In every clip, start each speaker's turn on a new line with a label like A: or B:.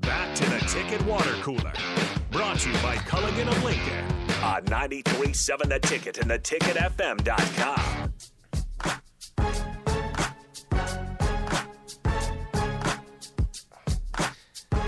A: Back to the Ticket Water Cooler. Brought to you by Culligan of Lincoln on 937 The Ticket and theticketfm.com.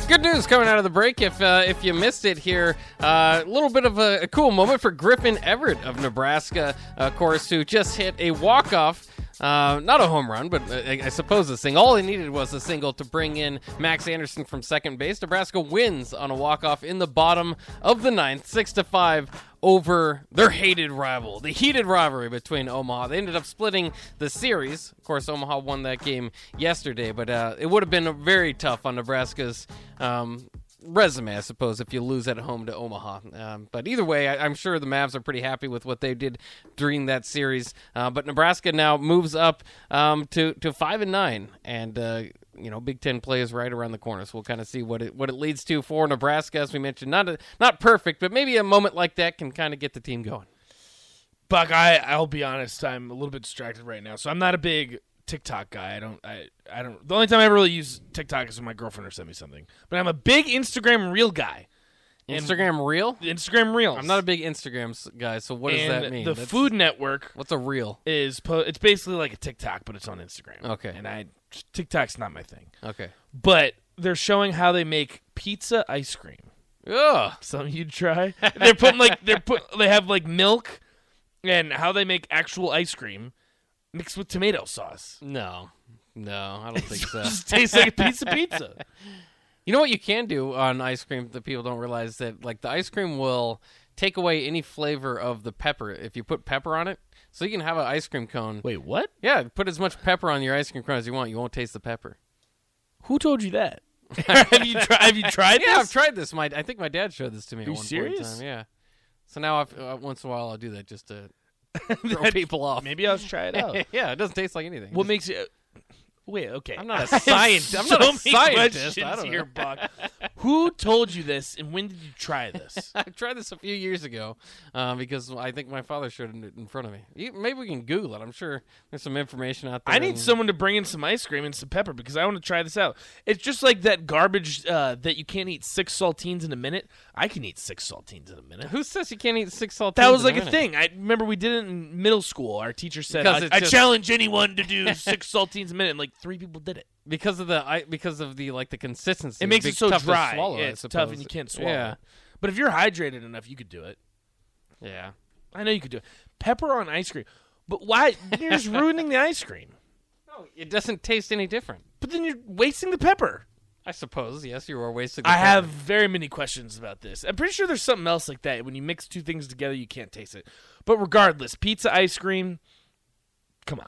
B: Good news coming out of the break. If uh, if you missed it here, uh, a little bit of a, a cool moment for Griffin Everett of Nebraska, of course, who just hit a walk off. Uh, not a home run, but I, I suppose a single. All he needed was a single to bring in Max Anderson from second base. Nebraska wins on a walk off in the bottom of the ninth, six to five over their hated rival, the heated rivalry between Omaha. They ended up splitting the series. Of course, Omaha won that game yesterday, but uh, it would have been very tough on Nebraska's um, resume, I suppose, if you lose at home to Omaha. Um, but either way, I, I'm sure the Mavs are pretty happy with what they did during that series. Uh, but Nebraska now moves up um, to to five and nine, and uh, you know Big Ten play is right around the corner. So we'll kind of see what it what it leads to for Nebraska, as we mentioned. Not a, not perfect, but maybe a moment like that can kind of get the team going.
C: Buck, I I'll be honest, I'm a little bit distracted right now, so I'm not a big TikTok guy. I don't I I don't. The only time I ever really use TikTok is when my girlfriend or sent me something. But I'm a big Instagram Reel guy.
B: Instagram reel.
C: Instagram Reels.
B: I'm not a big Instagram s- guy, so what
C: and
B: does that mean?
C: The
B: That's-
C: Food Network
B: What's a reel?
C: is po- it's basically like a TikTok, but it's on Instagram.
B: Okay.
C: and I TikTok's not my thing,
B: Okay.
C: but they're showing how they make pizza ice cream.
B: Ugh.
C: Some you'd try. they're putting like they're put they have like milk and how they make actual ice cream mixed with tomato sauce.
B: No. No, I don't think so.
C: Just tastes like a piece of pizza.
B: You know what you can do on ice cream that people don't realize that like the ice cream will take away any flavor of the pepper if you put pepper on it. So you can have an ice cream cone.
C: Wait, what?
B: Yeah, put as much pepper on your ice cream cone as you want. You won't taste the pepper.
C: Who told you that? have you tried? Have you tried
B: Yeah, I've
C: this?
B: tried this. My I think my dad showed this to me at
C: you
B: one point in
C: serious?
B: time. Yeah. So now I've, uh, once in a while I'll do that just to throw people off.
C: Maybe I'll try it out.
B: yeah, it doesn't taste like anything.
C: What makes you? Wait, okay.
B: I'm not a
C: I have
B: scientist. I'm not a
C: so many
B: scientist. I
C: questions
B: don't
C: here,
B: know.
C: Buck. Who told you this, and when did you try this?
B: I tried this a few years ago uh, because I think my father showed it in front of me. You, maybe we can Google it. I'm sure there's some information out there.
C: I need
B: and-
C: someone to bring in some ice cream and some pepper because I want to try this out. It's just like that garbage uh, that you can't eat six saltines in a minute. I can eat six saltines in a minute.
B: Who says you can't eat six saltines?
C: That was like
B: in
C: a
B: minute?
C: thing. I remember we did it in middle school. Our teacher said,
B: Because
C: I,
B: it's
C: I
B: just-
C: challenge anyone to do six saltines a minute. And like three people did it.
B: because of the I, because of the like the consistency.
C: It makes
B: It'd
C: it
B: be
C: so
B: tough to
C: dry.
B: swallow, I
C: it's tough and
B: suppose.
C: you can't swallow.
B: Yeah,
C: it. But if you're hydrated enough, you could do it.
B: yeah.
C: I know you could do it. Pepper on ice cream. But why? You're just ruining the ice cream.
B: No, it doesn't taste any different.
C: But then you're wasting the pepper.
B: I suppose. Yes, you are wasting. The
C: I
B: time.
C: have very many questions about this. I'm pretty sure there's something else like that. When you mix two things together, you can't taste it. But regardless, pizza, ice cream, come on.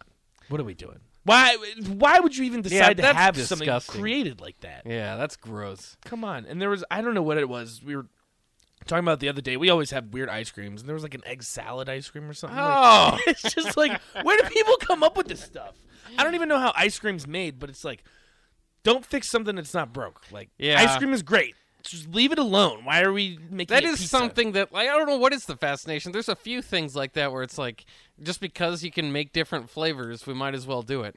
C: What are we doing? Why why would you even decide to
B: that's
C: have
B: disgusting.
C: something created like that?
B: Yeah, that's gross.
C: Come on. And there was I don't know what it was. We were talking about it the other day. We always have weird ice creams, and there was like an egg salad ice cream or something. like-
B: Oh.
C: it's just like where do people come up with this stuff? I don't even know how ice cream's made, but it's like don't fix something that's not broke. Like
B: Yeah.
C: ice cream is great. Just leave it alone. Why are we making
B: That
C: it
B: is
C: pizza?
B: something that like, I don't know what is the fascination. There's a few things like that where it's like just because you can make different flavors, we might as well do it.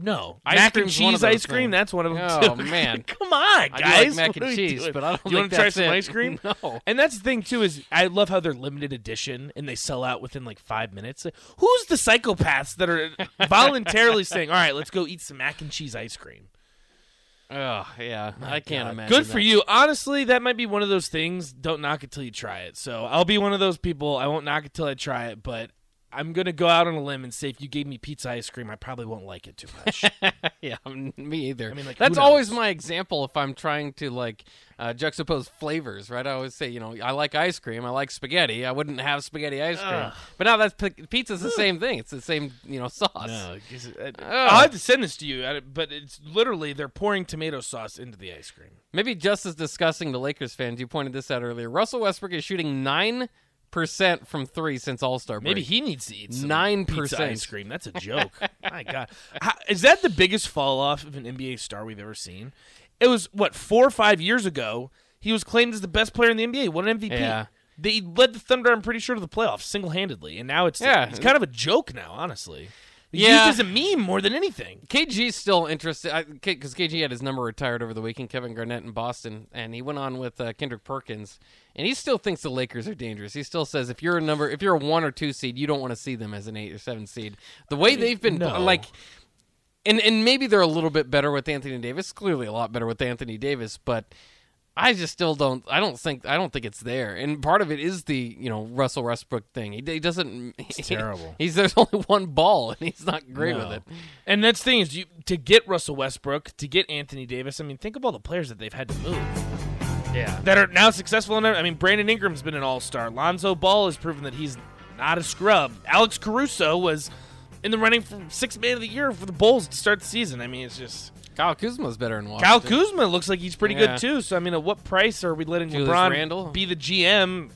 C: No,
B: Ice
C: mac and
B: cream's one of
C: cheese
B: those
C: ice cream.
B: things.
C: That's one of them.
B: Oh,
C: too.
B: man.
C: come on,
B: I
C: guys!
B: do like mac
C: What
B: and
C: are we
B: cheese,
C: doing?
B: but I don't
C: You
B: think
C: wanna try
B: that's
C: some
B: it.
C: ice cream?
B: No.
C: And that's the thing too is I love how they're limited edition and they sell out within like five minutes. Who's the psychopaths that are voluntarily saying, "All right, let's go eat some mac and cheese ice cream"?
B: Oh yeah, I can't
C: God,
B: imagine.
C: Good for
B: that.
C: you. Honestly, that might be one of those things. Don't knock it till you try it. So I'll be one of those people. I won't knock it till I try it, but I'm gonna go out on a limb and say if you gave me pizza ice cream, I probably won't like it too much.
B: yeah, I'm- me either. I
C: mean, like, who
B: that's
C: knows?
B: always my example if I'm trying to like uh, juxtapose flavors, right? I always say, you know, I like ice cream, I like spaghetti. I wouldn't have spaghetti ice cream, but now that's pi- pizza's the same thing. It's the same, you know, sauce.
C: No, I guess it- I-
B: Ugh.
C: I'll have to send this to you, I- but it's literally they're pouring tomato sauce into the ice cream.
B: Maybe just as disgusting to Lakers fans. You pointed this out earlier. Russell Westbrook is shooting nine percent from three since All Star break.
C: Maybe he needs to eat some
B: 9%.
C: pizza ice cream. That's a joke. My God, How, is that the biggest fall off of an NBA star we've ever seen? It was what four or five years ago. He was claimed as the best player in the NBA. What an MVP!
B: Yeah.
C: They led the Thunder. I'm pretty sure to the playoffs single handedly, and now it's
B: Yeah.
C: it's kind of a joke now, honestly. They
B: Yeah.
C: Used as a meme more than anything.
B: KG's still interested because KG had his number retired over the weekend. Kevin Garnett in Boston, and he went on with uh, Kendrick Perkins, and he still thinks the Lakers are dangerous. He still says if you're a number, if you're a one or two seed, you don't want to see them as an eight or seven seed. The way they've been
C: no.
B: like, and and maybe they're a little bit better with Anthony Davis. Clearly, a lot better with Anthony Davis, but. I just still don't. I don't think. I don't think it's there. And part of it is the you know Russell Westbrook thing. He, he doesn't.
C: terrible.
B: He's there's only one ball, and he's not great
C: No.
B: with it.
C: And that's the thing is you, to get Russell Westbrook, to get Anthony Davis. I mean, think of all the players that they've had to move. Yeah, that are now successful. In, I mean, Brandon Ingram's been an All Star. Lonzo Ball has proven that he's not a scrub. Alex Caruso was in the running for Sixth Man of the Year for the Bulls to start the season. I mean, it's just
B: Kyle Kuzma's better than Washington.
C: Kyle Kuzma looks like he's pretty
B: Yeah.
C: good too. So I mean, at what price are we letting
B: Julius
C: LeBron
B: Randle.
C: be the GM,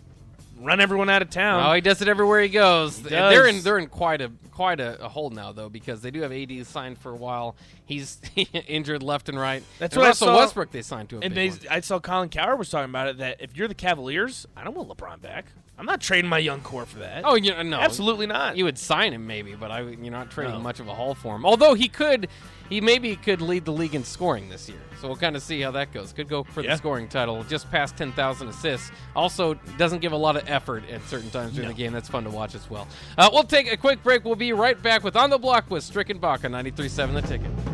C: run everyone out of town?
B: Oh, he does it everywhere he goes.
C: does.
B: They're in they're in quite a quite a, a hole now though because they do have AD signed for a while. He's injured left and right.
C: That's
B: and
C: what I
B: Russell
C: saw.
B: Westbrook they signed to a
C: And
B: big
C: they,
B: one.
C: I saw Colin Coward was talking about it that if you're the Cavaliers, I don't want LeBron back. I'm not trading my young core for that.
B: Oh, you no,
C: absolutely not.
B: You would sign him maybe, but I would- you're not trading
C: No.
B: much of a haul for him. Although he could, he maybe could lead the league in scoring this year. So we'll kind of see how that goes. Could go for
C: Yeah.
B: the scoring title, just past ten thousand assists. Also doesn't give a lot of effort at certain times during
C: No.
B: the game. That's fun to watch as well. Uh, we'll take a quick break. We'll be right back with on the block with Stricken Bach on 93.7 The Ticket.